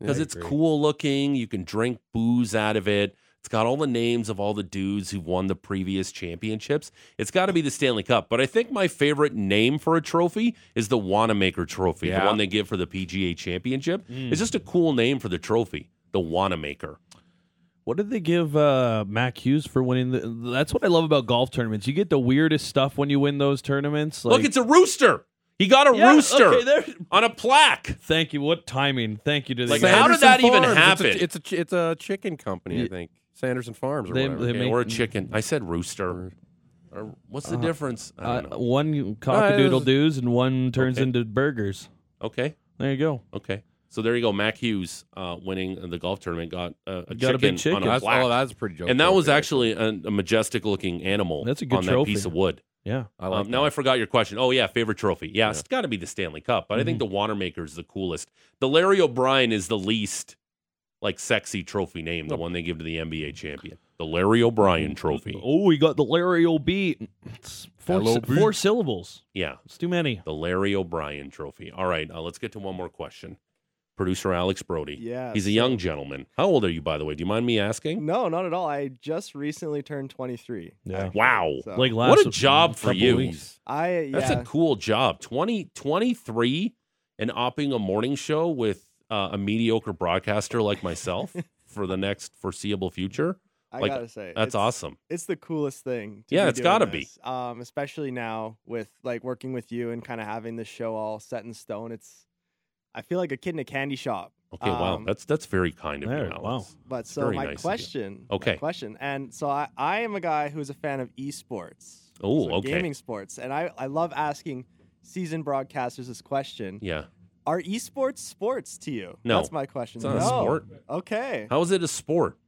Because I it's agree. cool looking. You can drink booze out of it. It's got all the names of all the dudes who've won the previous championships. It's got to be the Stanley Cup. But I think my favorite name for a trophy is the Wanamaker Trophy, the Yeah. Hmm. one they give for the PGA Championship. It's just a cool name for the trophy, the Wanamaker. What did they give uh, Mac Hughes for winning? The, that's what I love about golf tournaments. You get the weirdest stuff when you win those tournaments. Like, Look, it's a rooster. He got a Yeah, rooster okay, there- on a plaque. thank you. What timing? Thank you to Like, the how did that even Farms. happen? It's a, it's a it's a chicken company, I think. Sanderson Farms or They- whatever. they Okay, make- or a chicken. I said rooster. Or what's the difference? I uh, don't know. uh, one it was- cockadoodle doos and one turns Okay. into burgers. Okay. There you go. Okay. So there you go. Mac Hughes uh, winning the golf tournament got uh, a, Got a chicken big on chicken. a That's, plaque. oh, that's a pretty joke. and that was actually a, a majestic looking animal That's a good on trophy. that piece of wood. Yeah. I like um, now I forgot your question. Oh, yeah, favorite trophy. Yeah, it's got to be the Stanley Cup, but I think the Mm-hmm. Watermaker is the coolest. The Larry O'Brien is the least like sexy trophy name, Oh. the one they give to the NBA champion. The Larry O'Brien trophy. Oh, we got the Larry O'B. It's four, Hello, sy- B. four syllables. Yeah, It's too many. the Larry O'Brien trophy. All right, uh, let's get to one more question. Producer Alex Brody. Yeah, He's a young gentleman. How old are you, by the way? Do you mind me asking? No, not at all. I just recently turned 23. Yeah. Wow. So Like last Uh, What a job for couple you. weeks. I yeah. That's a cool job. 20, 23 and opping a morning show with uh, a mediocre broadcaster like myself for the next foreseeable future. I like, gotta say That's it's- awesome. It's the coolest thing. To Yeah, be it's gotta doing be. this, Um, especially now with like working with you and kind of having this show all set in stone. It's I feel like a kid in a candy shop. Okay, wow. Um, that's that's very kind of there, you. Alex. wow. But so very my nice of you. question, my Okay. question, and so I, I am a guy who's a fan of esports. Ooh, so okay. gaming sports, and I I love asking seasoned broadcasters this question: Yeah. Are esports sports to you? No. that's my question. It's not a No. sport. Okay, How is it a sport?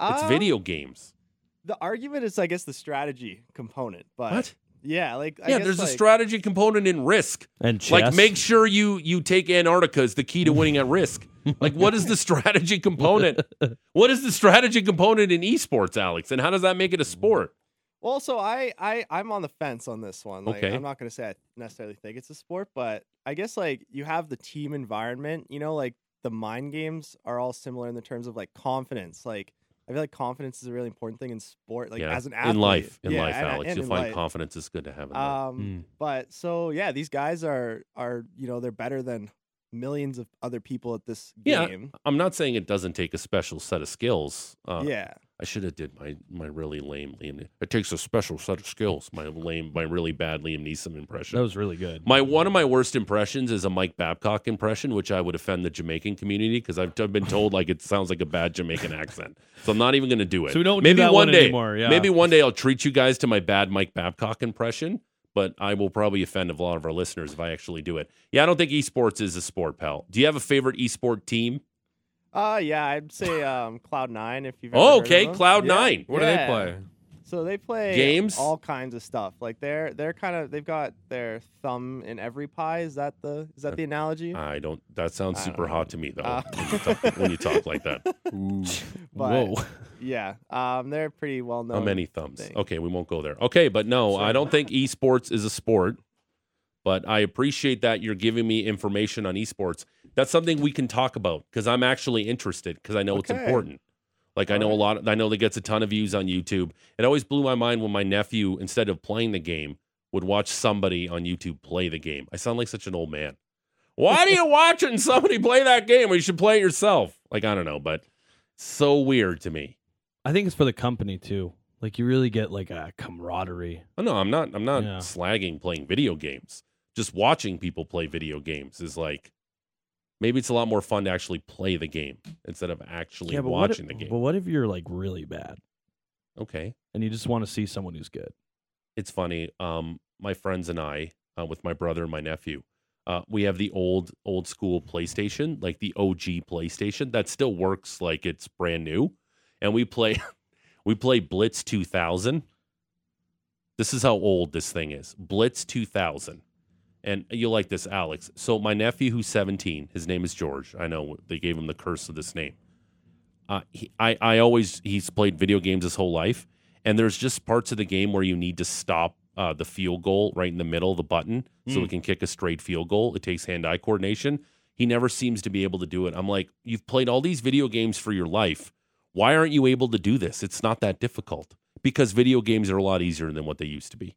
It's Uh, video games. The argument is, I guess, the strategy component, but What? yeah, like I yeah, guess, there's like, a strategy component in risk. And chess. Like make sure you you take Antarctica is the key to winning at risk. Like what is the strategy component? what is the strategy component in esports, Alex? And how does that make it a sport? Well, so I, I, I'm on the fence on this one. Like, Okay. I'm not going to say I necessarily think it's a sport, but I guess like you have the team environment. You know, like the mind games are all similar in the terms of like confidence. Like, I feel like confidence is a really important thing in sport. Like, as an athlete, in life, in Yeah, life, and- Alex, and you'll in find life. confidence is good to have. In life. Um, Mm. but so yeah, these guys are are you know they're better than millions of other people at this Yeah. game. I'm not saying it doesn't take a special set of skills. Uh, yeah, I should have did my my really lame Liam. Ne- It takes a special set of skills. My lame, my really bad Liam Neeson impression. That was really good. My one of my worst impressions is a Mike Babcock impression, which I would offend the Jamaican community because I've, I've been told like it sounds like a bad Jamaican accent. So I'm not even going to do it. So we don't do maybe that one one day, anymore, yeah. maybe one day I'll treat you guys to my bad Mike Babcock impression, but I will probably offend a lot of our listeners if I actually do it. Yeah, I don't think esports is a sport, pal. Do you have a favorite esport team? uh, yeah, I'd say um, Cloud Nine if you've. ever Oh, heard of okay, them. Cloud Yeah. Nine. What Yeah. do they play? So they play Games? all kinds of stuff. Like they're they're kind of they've got their thumb in every pie. Is that the is Uh, that the analogy? I don't. That sounds I don't super know. hot to me though. Uh. when, you talk, when you talk like that, But- Whoa. Yeah, um, they're pretty well known. how many thumbs? thing. Okay, we won't go there. Okay, but no, I don't think esports is a sport. But I appreciate that you're giving me information on esports. That's something we can talk about because I'm actually interested because I know it's Okay. important. Like I know a lot. Of, I know that gets a ton of views on YouTube. It always blew my mind when my nephew, instead of playing the game, would watch somebody on YouTube play the game. I sound like such an old man. Why do you watch it and somebody play that game? Or you should play it yourself. Like I don't know, but so weird to me. I think it's for the company too. Like you really get like a camaraderie. Oh, no, I'm not. I'm not Yeah. slagging playing video games. Just watching people play video games is like maybe it's a lot more fun to actually play the game instead of actually what watching if, the game. But what if you're like really bad okay, and you just want to see someone who's good? it's funny. Um, my friends and I, uh, with my brother and my nephew, uh, we have the old old school PlayStation, like the OG PlayStation that still works like it's brand new, and we play we play Blitz 2000. This is how old this thing is. Blitz 2000. And you'll like this, Alex. So my nephew, who's 17, his name is George. I know they gave him the curse of this name. Uh, he, I, I always he's played video games his whole life, and there's just parts of the game where you need to stop uh, the field goal right in the middle of the button so we Mm. can kick a straight field goal. It takes hand eye coordination. He never seems to be able to do it. I'm like, you've played all these video games for your life. Why aren't you able to do this? It's not that difficult because video games are a lot easier than what they used to be.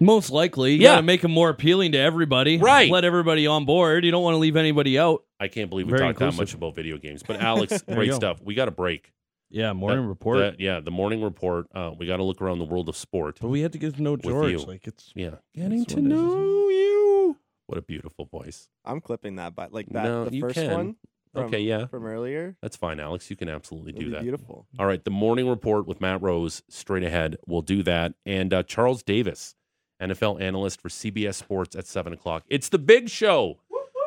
Most likely, you Yeah. gotta make them more appealing to everybody. Right. let everybody on board. You don't want to leave anybody out. I can't believe we Very talked that much inclusive. about video games. But Alex, you great go. stuff. We got a break. Yeah, morning That- report. that- yeah, the morning report. Uh, we got to look around the world of sport. but we had to get to know you. George. Like it's Yeah, Getting to know you. What a beautiful voice. I'm clipping that, but like that No, the you first can. one. From, okay, yeah, From earlier. that's fine, Alex. You can absolutely It'll do be that. Beautiful. All right, the morning report with Matt Rose straight ahead. We'll do that. And uh, Charles Davis, NFL analyst for CBS Sports at seven o'clock. It's the big show.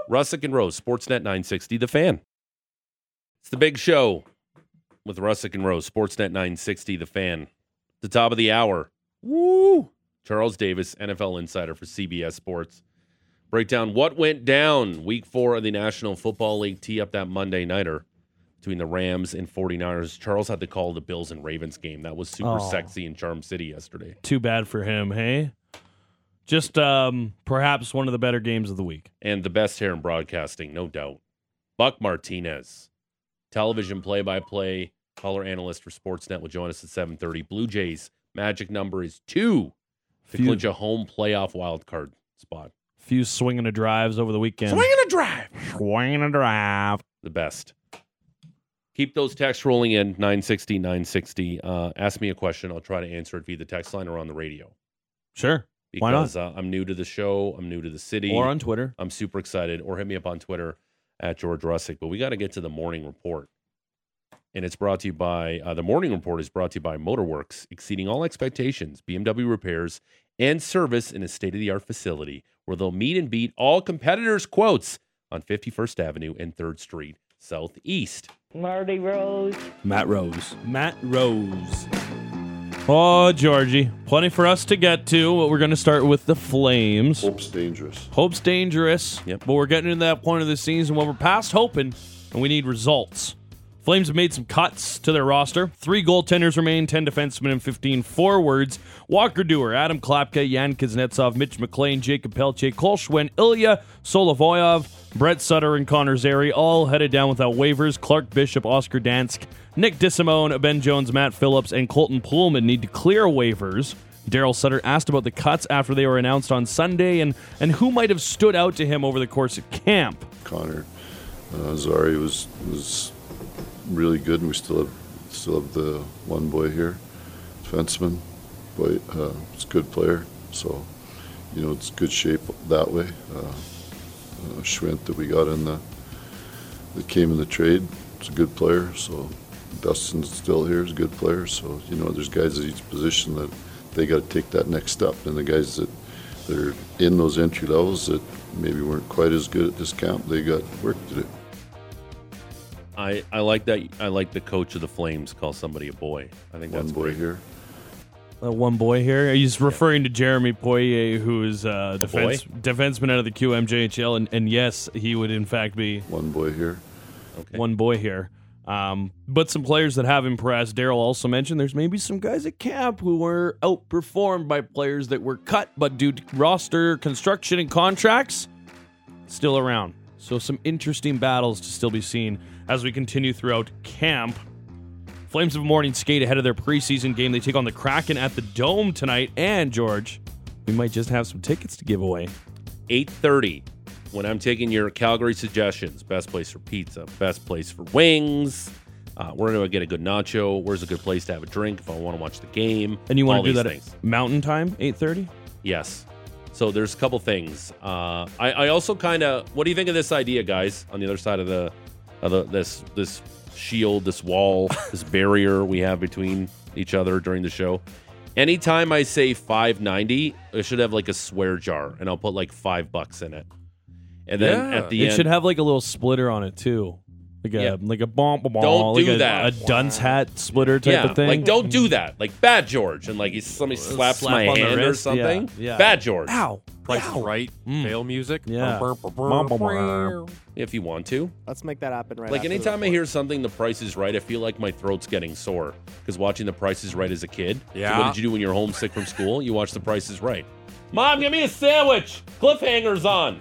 Russick and Rose, Sportsnet 960, The Fan. It's the big show with Russick and Rose, Sportsnet 960, The Fan. The top of the hour. Woo! Charles Davis, NFL insider for CBS Sports. Break down what went down week four of the National Football League. Tee up that Monday Nighter between the Rams and 49ers. Charles had to call the Bills and Ravens game. That was super Aw. sexy in Charm City yesterday. too bad for him. Hey, just um, perhaps one of the better games of the week. and the best here in broadcasting, no doubt. Buck Martinez, television play-by-play color analyst for Sportsnet, will join us at 7:30. Blue Jays magic number is two to Phew. clinch a home playoff wild card spot. Few swinging a drives over the weekend. a drive, swinging a drive. the best. Keep those texts rolling in 960 960. Uh, ask me a question. I'll try to answer it via the text line or on the radio. Sure, Why not? Because uh, I'm new to the show. I'm new to the city. or on Twitter. I'm super excited. Or hit me up on Twitter at George Russick. But we got to get to the morning report. And it's brought to you by uh, the morning report is brought to you by Motorworks, exceeding all expectations, BMW repairs and service in a state of the art facility where they'll meet and beat all competitors' quotes on 51st Avenue and 3rd Street Southeast. Marty Rose. Matt Rose. Matt Rose. Oh, Georgie, plenty for us to get to. But we're going to start with the Flames. Hope's dangerous. Hope's dangerous, Yep. but we're getting to that point of the season when we're past hoping and we need results. Flames have made some cuts to their roster. Three goaltenders remain, 10 defensemen, and 15 forwards. Walker Dewar, Adam Klapka, Yan Kuznetsov, Mitch McLean, Jacob Pelche, Cole Schwinn, Ilya Solovoyev, Brett Sutter, and Connor Zary all headed down without waivers. Clark Bishop, Oscar Dansk, Nick DeSimone, Ben Jones, Matt Phillips, and Colton Pullman need to clear waivers. Daryl Sutter asked about the cuts after they were announced on Sunday and, and who might have stood out to him over the course of camp. Connor uh, Zari was was really good, and we still have still have the one boy here, defenseman. Boy, uh, he's a good player, so you know it's good shape that way. Uh, uh, Schwint that we got in the that came in the trade, is a good player. So Dustin's still here, is a good player. So you know there's guys at each position that they got to take that next step, and the guys that they're in those entry levels that maybe weren't quite as good at this camp, they got work to do. I, I like that. I like the coach of the Flames call somebody a boy. I think One that's boy great. here. That Uh, one boy here, he's referring to Jeremy Poirier, who is uh, defense, defenseman out of the QMJHL, and, and yes, he would in fact be One boy here. Okay. one boy here. Um, but some players that have impressed. Daryl also mentioned there's maybe some guys at camp who were outperformed by players that were cut, but due to roster construction and contracts, still around. So some interesting battles to still be seen as we continue throughout camp. Flames of Morning skate ahead of their preseason game. They take on the Kraken at the Dome tonight. And George, we might just have some tickets to give away. 8.30 when i'm taking your calgary suggestions best place for pizza best place for wings uh, where do i get a good nacho where's a good place to have a drink if i want to watch the game And you want all to do these that things. at Mountain Time, eight thirty? yes so there's a couple things uh, I, I also kind of what do you think of this idea guys on the other side of the, of the this this shield this wall this barrier we have between each other during the show anytime i say 590 i should have like a swear jar and i'll put like five bucks in it and then Yeah. at the It end should have like a little splitter on it too. like a Yeah. like a bomb, bomb Don't like do a, that. a dunce hat splitter type yeah, of thing. like don't do that. Like bad George, and like he somebody slaps slap my on the hand or wrist, yeah, something. yeah. Bad George, Ow. Like, Ow. right. Mm. Fail music. Yeah. Brr, brr, brr, Mom, brr, mom, mom. brr. if you want to. Let's make that happen right Like after the anytime I report. hear something, The Price is Right, I feel like my throat's getting sore because watching The Price is Right as a kid. Yeah. What did you do when you're homesick from school? You watch The Price is Right. Mom, give me a sandwich. Cliffhangers on.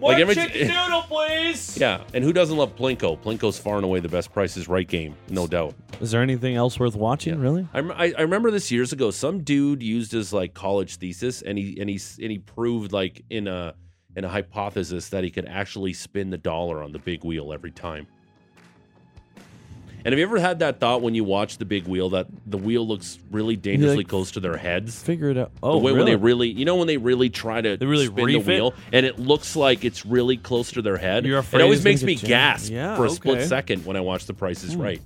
like every, chicken noodle, please. Yeah, and who doesn't love Plinko? Plinko's far and away the best Price is Right game, no doubt. Is there anything else worth watching? Really? I, rem- I, I remember this years ago. Some dude used his like college thesis, and he and he s- and he proved like in a in a hypothesis that he could actually spin the dollar on the big wheel every time. And have you ever had that thought when you watch the big wheel that the wheel looks really dangerously close to their heads? Figure it out. The Oh, way when really? they really, you know, when they really try to They really spin the reef it? wheel, and it looks like it's really close to their head. You're it afraid always it's gonna makes get me jammed. gasp Yeah, for a split okay. Hmm. second when I watch The Price Is Right.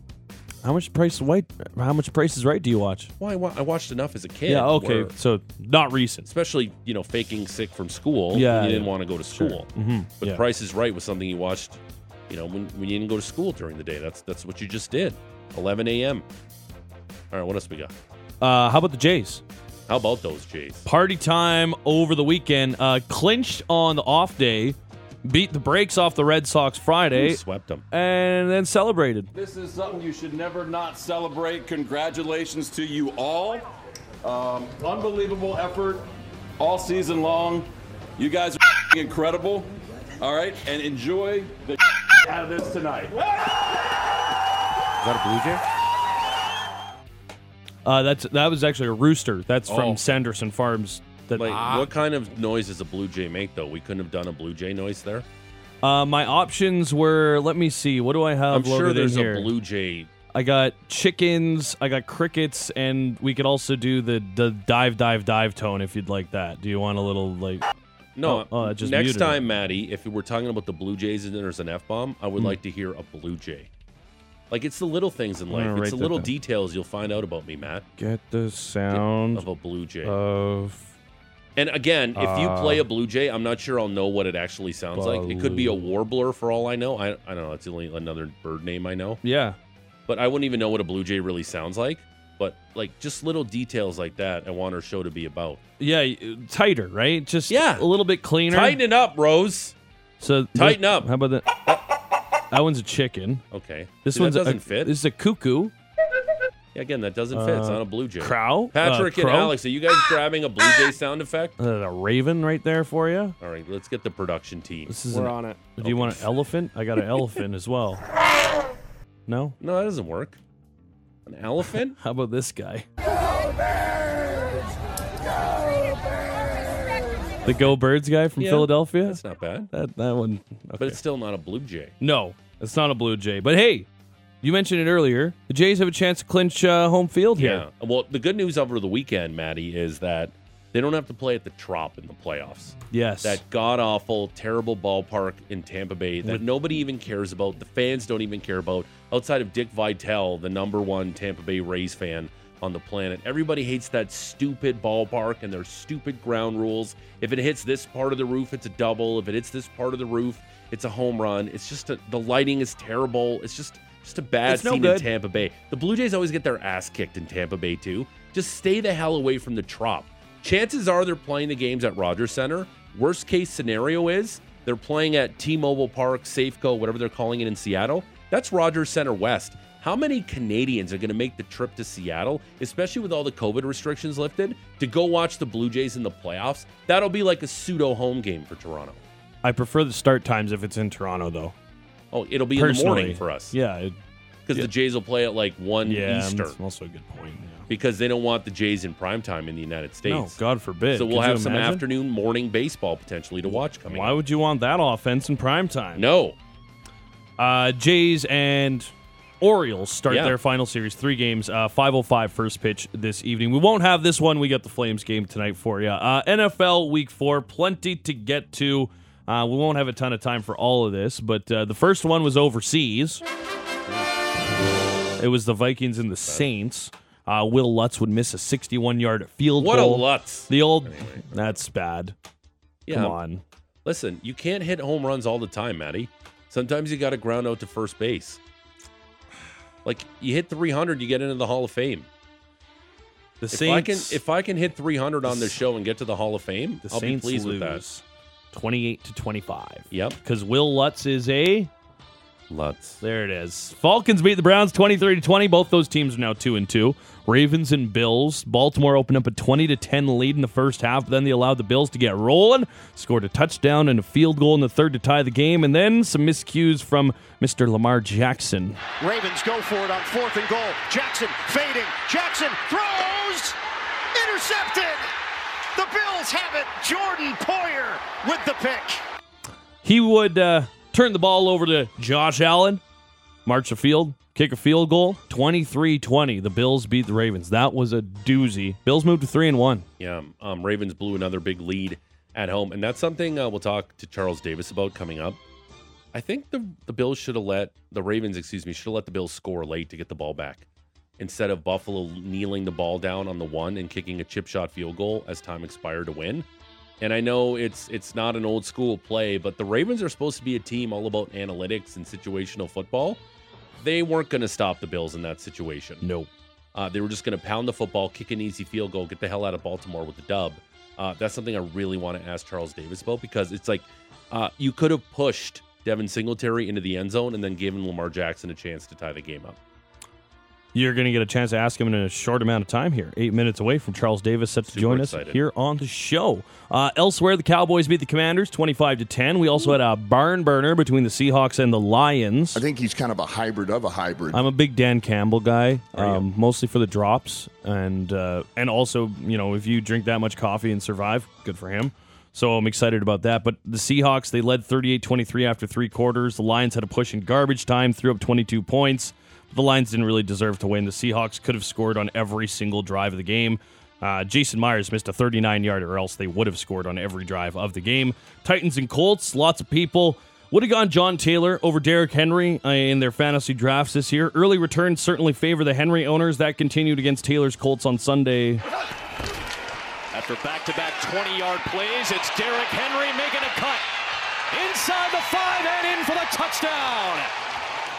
how much price white? How much Price is Right? Do you watch? Why? why- I watched enough as a kid. Yeah. okay. where- So not recent. especially you know faking sick from school. Yeah, you didn't yeah. want to go to school. Mm-hmm. But Price is Right was something you watched, you know, when, when you didn't go to school during the day. That's that's what you just did. 11 a.m. All right, what else we got? Uh, how about the Jays? How about those Jays? Party time over the weekend. Uh, clinched on the off day, beat the brakes off the Red Sox Friday, Who swept them. and then celebrated. This is something you should never not celebrate. Congratulations to you all. Um, unbelievable effort all season long. You guys are incredible. All right, and enjoy the out of this tonight. Is that a blue jay? Uh, that's that was actually a rooster. That's Oh. from Sanderson Farms. That Like, what kind of noise does a blue jay make though? We couldn't have done a blue jay noise there. uh, my options were. Let me see. What do I have? I'm sure loaded in there's here? a blue jay. I got chickens. I got crickets, and we could also do the the dive, dive, dive tone if you'd like that. Do you want a little like? No, Oh, oh, I just next muted it. time, Maddie, if we're talking about the blue jays and there's an f bomb, I Hmm. would like to hear a blue jay. Like it's the little things in gonna life. It's write the that little down. details you'll find out about me, Matt. Get the sound of a blue jay. of and again, if you uh, play a blue jay, I'm not sure I'll know what it actually sounds like. It could be a blue- warbler for all I know. I, I don't know. It's the only another bird name I know. yeah. But I wouldn't even know what a blue jay really sounds like. But like just little details like that, I want our show to be about. Yeah, y- tighter, right? Just Yeah. a little bit cleaner. Tighten it up, Rose. So Tighten up. How about that? that one's a chicken. Okay. This See, that one's doesn't a, fit. This is a cuckoo. Yeah, again, that doesn't fit. It's Uh, not a blue jay. Crow. Patrick uh, and crow. Alex, are you guys grabbing a blue jay sound effect? Uh, the raven right there for you. All right, let's get the production team. This is. We're An, on it. do you want an elephant? I got an elephant as well. No. No, that doesn't work. An elephant? How about this guy? The Go Birds guy from Yeah, Philadelphia. That's not bad. that that one. But it's still not a blue jay. No, it's not a Blue Jay. But hey, you mentioned it earlier. The Jays have a chance to clinch uh, home field Yeah. here. Well, the good news over the weekend, Maddie, is that they don't have to play at the Trop in the playoffs. Yes. That god awful, terrible ballpark in Tampa Bay that nobody even cares about. The fans don't even care about. Outside of Dick Vitale, the number one Tampa Bay Rays fan on the planet, everybody hates that stupid ballpark and their stupid ground rules. If it hits this part of the roof, it's a double. If it hits this part of the roof, it's a home run. It's just a, the lighting is terrible. It's just just a bad It's no scene in good. Tampa Bay. The Blue Jays always get their ass kicked in Tampa Bay too. Just stay the hell away from the trop. Chances are they're playing the games at Rogers Center. Worst case scenario is they're playing at T-Mobile Park, Safeco, whatever they're calling it in Seattle. That's Rogers Center West. How many Canadians are going to make the trip to Seattle, especially with all the COVID restrictions lifted, to go watch the Blue Jays in the playoffs? That'll be like a pseudo home game for Toronto. I prefer the start times if it's in Toronto, though. Oh, it'll be in the Personally. morning for us Yeah. It, because the Jays will play at like one yeah. Eastern. That's also a good point. yeah. because they don't want the Jays in prime time in the United States. No, God forbid. so we'll Could you have some imagine? afternoon, morning baseball potentially to watch coming. Why up. would you want that offense in prime time? No, Uh, Jays and Orioles start Yeah. their final series, three games, uh, 505 first pitch this evening. We won't have this one. We got the Flames game tonight for you. Uh, NFL Week 4, plenty to get to. Uh, we won't have a ton of time for all of this, but uh, the first one was overseas. It was the Vikings and the Saints. Uh, Will Lutz would miss a 61 yard field what a goal. lutz! The old, that's bad. Yeah, Come on. listen, you can't hit home runs all the time, Matty. Sometimes you got to ground out to first base. Like you hit 300, you get into the Hall of Fame. The If Saints. I can if I can hit 300 on this show and get to the Hall of Fame, the I'll Saints be pleased with lose that. 28 to 25. Yep, Because Will Lutz is a. Lutz. There it is. Falcons beat the Browns 23 to 20. Both those teams are now 2 and 2. Ravens and Bills. Baltimore opened up a 20 to 10 lead in the first half, but then they allowed the Bills to get rolling, scored a touchdown and a field goal in the third to tie the game, and then some miscues from Mr. Lamar Jackson. Ravens go for it on fourth and goal. Jackson fading. Jackson throws. Intercepted. The Bills have it. Jordan Poyer with the pick. He would uh, turn the ball over to Josh Allen, march the field, kick a field goal, 23-20. The Bills beat the Ravens. That was a doozy. Bills moved to 3 and 1. Yeah, um, Ravens blew another big lead at home, and that's something uh, we'll talk to Charles Davis about coming up. I think the the Bills should have let the Ravens, excuse me, should have let the Bills score late to get the ball back instead of Buffalo kneeling the ball down on the one and kicking a chip shot field goal as time expired to win. And I know it's it's not an old school play, but the Ravens are supposed to be a team all about analytics and situational football. They weren't going to stop the Bills in that situation. Nope. Uh, they were just going to pound the football, kick an easy field goal, get the hell out of Baltimore with the dub. Uh, that's something I really want to ask Charles Davis about because it's like uh, you could have pushed Devin Singletary into the end zone and then given Lamar Jackson a chance to tie the game up. You're going to get a chance to ask him in a short amount of time here. Eight minutes away from Charles Davis, set to Super join us excited. here on the show. Uh, elsewhere, the Cowboys beat the Commanders 25 to 10. We also had a barn burner between the Seahawks and the Lions. I think he's kind of a hybrid of a hybrid. I'm a big Dan Campbell guy, um, mostly for the drops, and uh, and also you know if you drink that much coffee and survive, good for him. So I'm excited about that. But the Seahawks they led 38-23 after three quarters. The Lions had a push in garbage time, threw up 22 points. The Lions didn't really deserve to win. The Seahawks could have scored on every single drive of the game. Uh, Jason Myers missed a 39 yarder, or else they would have scored on every drive of the game. Titans and Colts, lots of people. Would have gone John Taylor over Derrick Henry uh, in their fantasy drafts this year. Early returns certainly favor the Henry owners. That continued against Taylor's Colts on Sunday. After back to back 20 yard plays, it's Derrick Henry making a cut. Inside the five and in for the touchdown.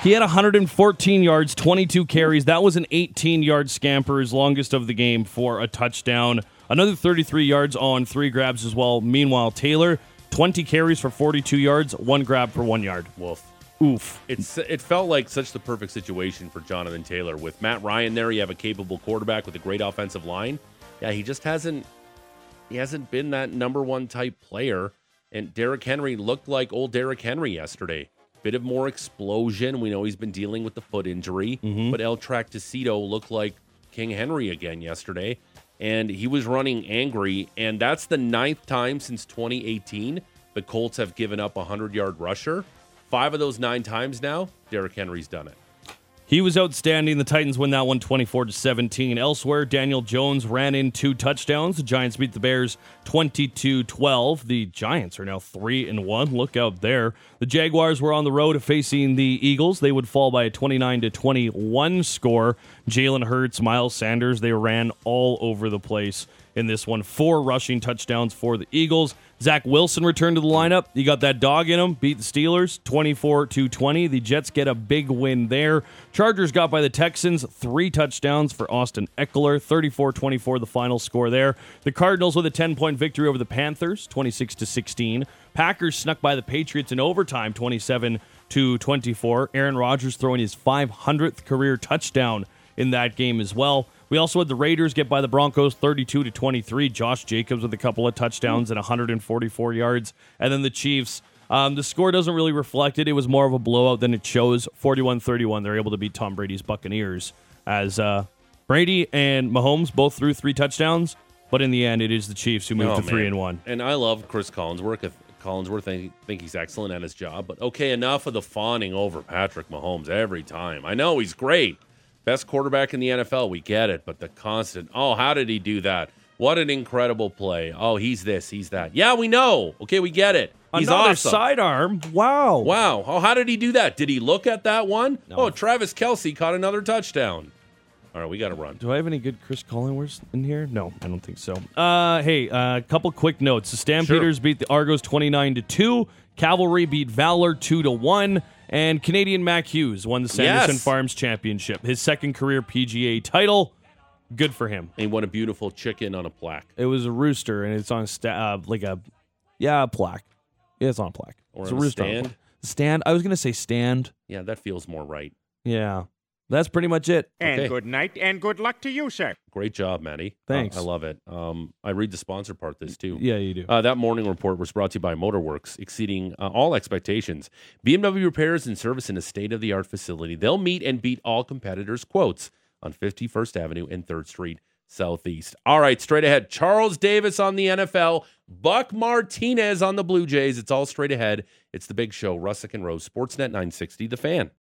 He had 114 yards, 22 carries. That was an 18 yard scamper, his longest of the game for a touchdown. Another 33 yards on three grabs as well. Meanwhile, Taylor, 20 carries for 42 yards, one grab for one yard. Wolf. Oof. It's it felt like such the perfect situation for Jonathan Taylor with Matt Ryan there. You have a capable quarterback with a great offensive line. Yeah, he just hasn't he hasn't been that number one type player. And Derrick Henry looked like old Derrick Henry yesterday. Bit of more explosion. We know he's been dealing with the foot injury, but El Tractacito looked like King Henry again yesterday. And he was running angry. And that's the ninth time since 2018 the Colts have given up a 100 yard rusher. Five of those nine times now, Derrick Henry's done it. He was outstanding. The Titans win that one 24 to 17. Elsewhere, Daniel Jones ran in two touchdowns. The Giants beat the Bears 22-12. The Giants are now 3 and 1. Look out there. The Jaguars were on the road facing the Eagles. They would fall by a 29 to 21 score. Jalen Hurts, Miles Sanders, they ran all over the place in this one. Four rushing touchdowns for the Eagles. Zach Wilson returned to the lineup. He got that dog in him, beat the Steelers 24 to 20. The Jets get a big win there. Chargers got by the Texans, three touchdowns for Austin Eckler, 34 24, the final score there. The Cardinals with a 10 point victory over the Panthers, 26 to 16. Packers snuck by the Patriots in overtime, 27 to 24. Aaron Rodgers throwing his 500th career touchdown in that game as well. We also had the Raiders get by the Broncos 32 to 23. Josh Jacobs with a couple of touchdowns and 144 yards. And then the Chiefs. Um, the score doesn't really reflect it. It was more of a blowout than it shows. 41 31. They're able to beat Tom Brady's Buccaneers as uh, Brady and Mahomes both threw three touchdowns. But in the end, it is the Chiefs who move Oh, to three man. and one. And I love Chris Collinsworth. If- Collinsworth, I think he's excellent at his job. But okay, enough of the fawning over Patrick Mahomes every time. I know he's great, best quarterback in the NFL. We get it, but the constant. Oh, how did he do that? What an incredible play! Oh, he's this, he's that. Yeah, we know. Okay, we get it. He's Another awesome. sidearm. Wow. Wow. Oh, how did he do that? Did he look at that one? Oh, Travis Kelsey caught another touchdown. All right, we got to run. Do I have any good Chris Collingworths in here? No, I don't think so. Uh, hey, a uh, couple quick notes. The Stampeders beat the Argos 29 to 2. Cavalry beat Valor 2 to 1. And Canadian Mac Hughes won the Sanderson Yes. Farms Championship, his second career PGA title. Good for him. And what a beautiful chicken on a plaque It was a rooster, and it's on a sta- uh, like a yeah a plaque. Yeah, it's on a plaque. or it's on a a rooster. on a stand. plaque. Stand. I was gonna say stand. Yeah, that feels more right. Yeah, that's pretty much it. And Okay. good night and good luck to you, sir. Great job, Maddie. Thanks. Uh, I love it. Um, I read the sponsor part this too. Yeah, you do. Uh, that morning report was brought to you by Motorworks, exceeding uh, all expectations. BMW repairs and service in a state of the art facility. They'll meet and beat all competitors' quotes on 51st Avenue and 3rd Street Southeast. All right, straight ahead. Charles Davis on the NFL, Buck Martinez on the Blue Jays. It's all straight ahead. It's the big show, Russick and Rose, Sportsnet 960, The Fan.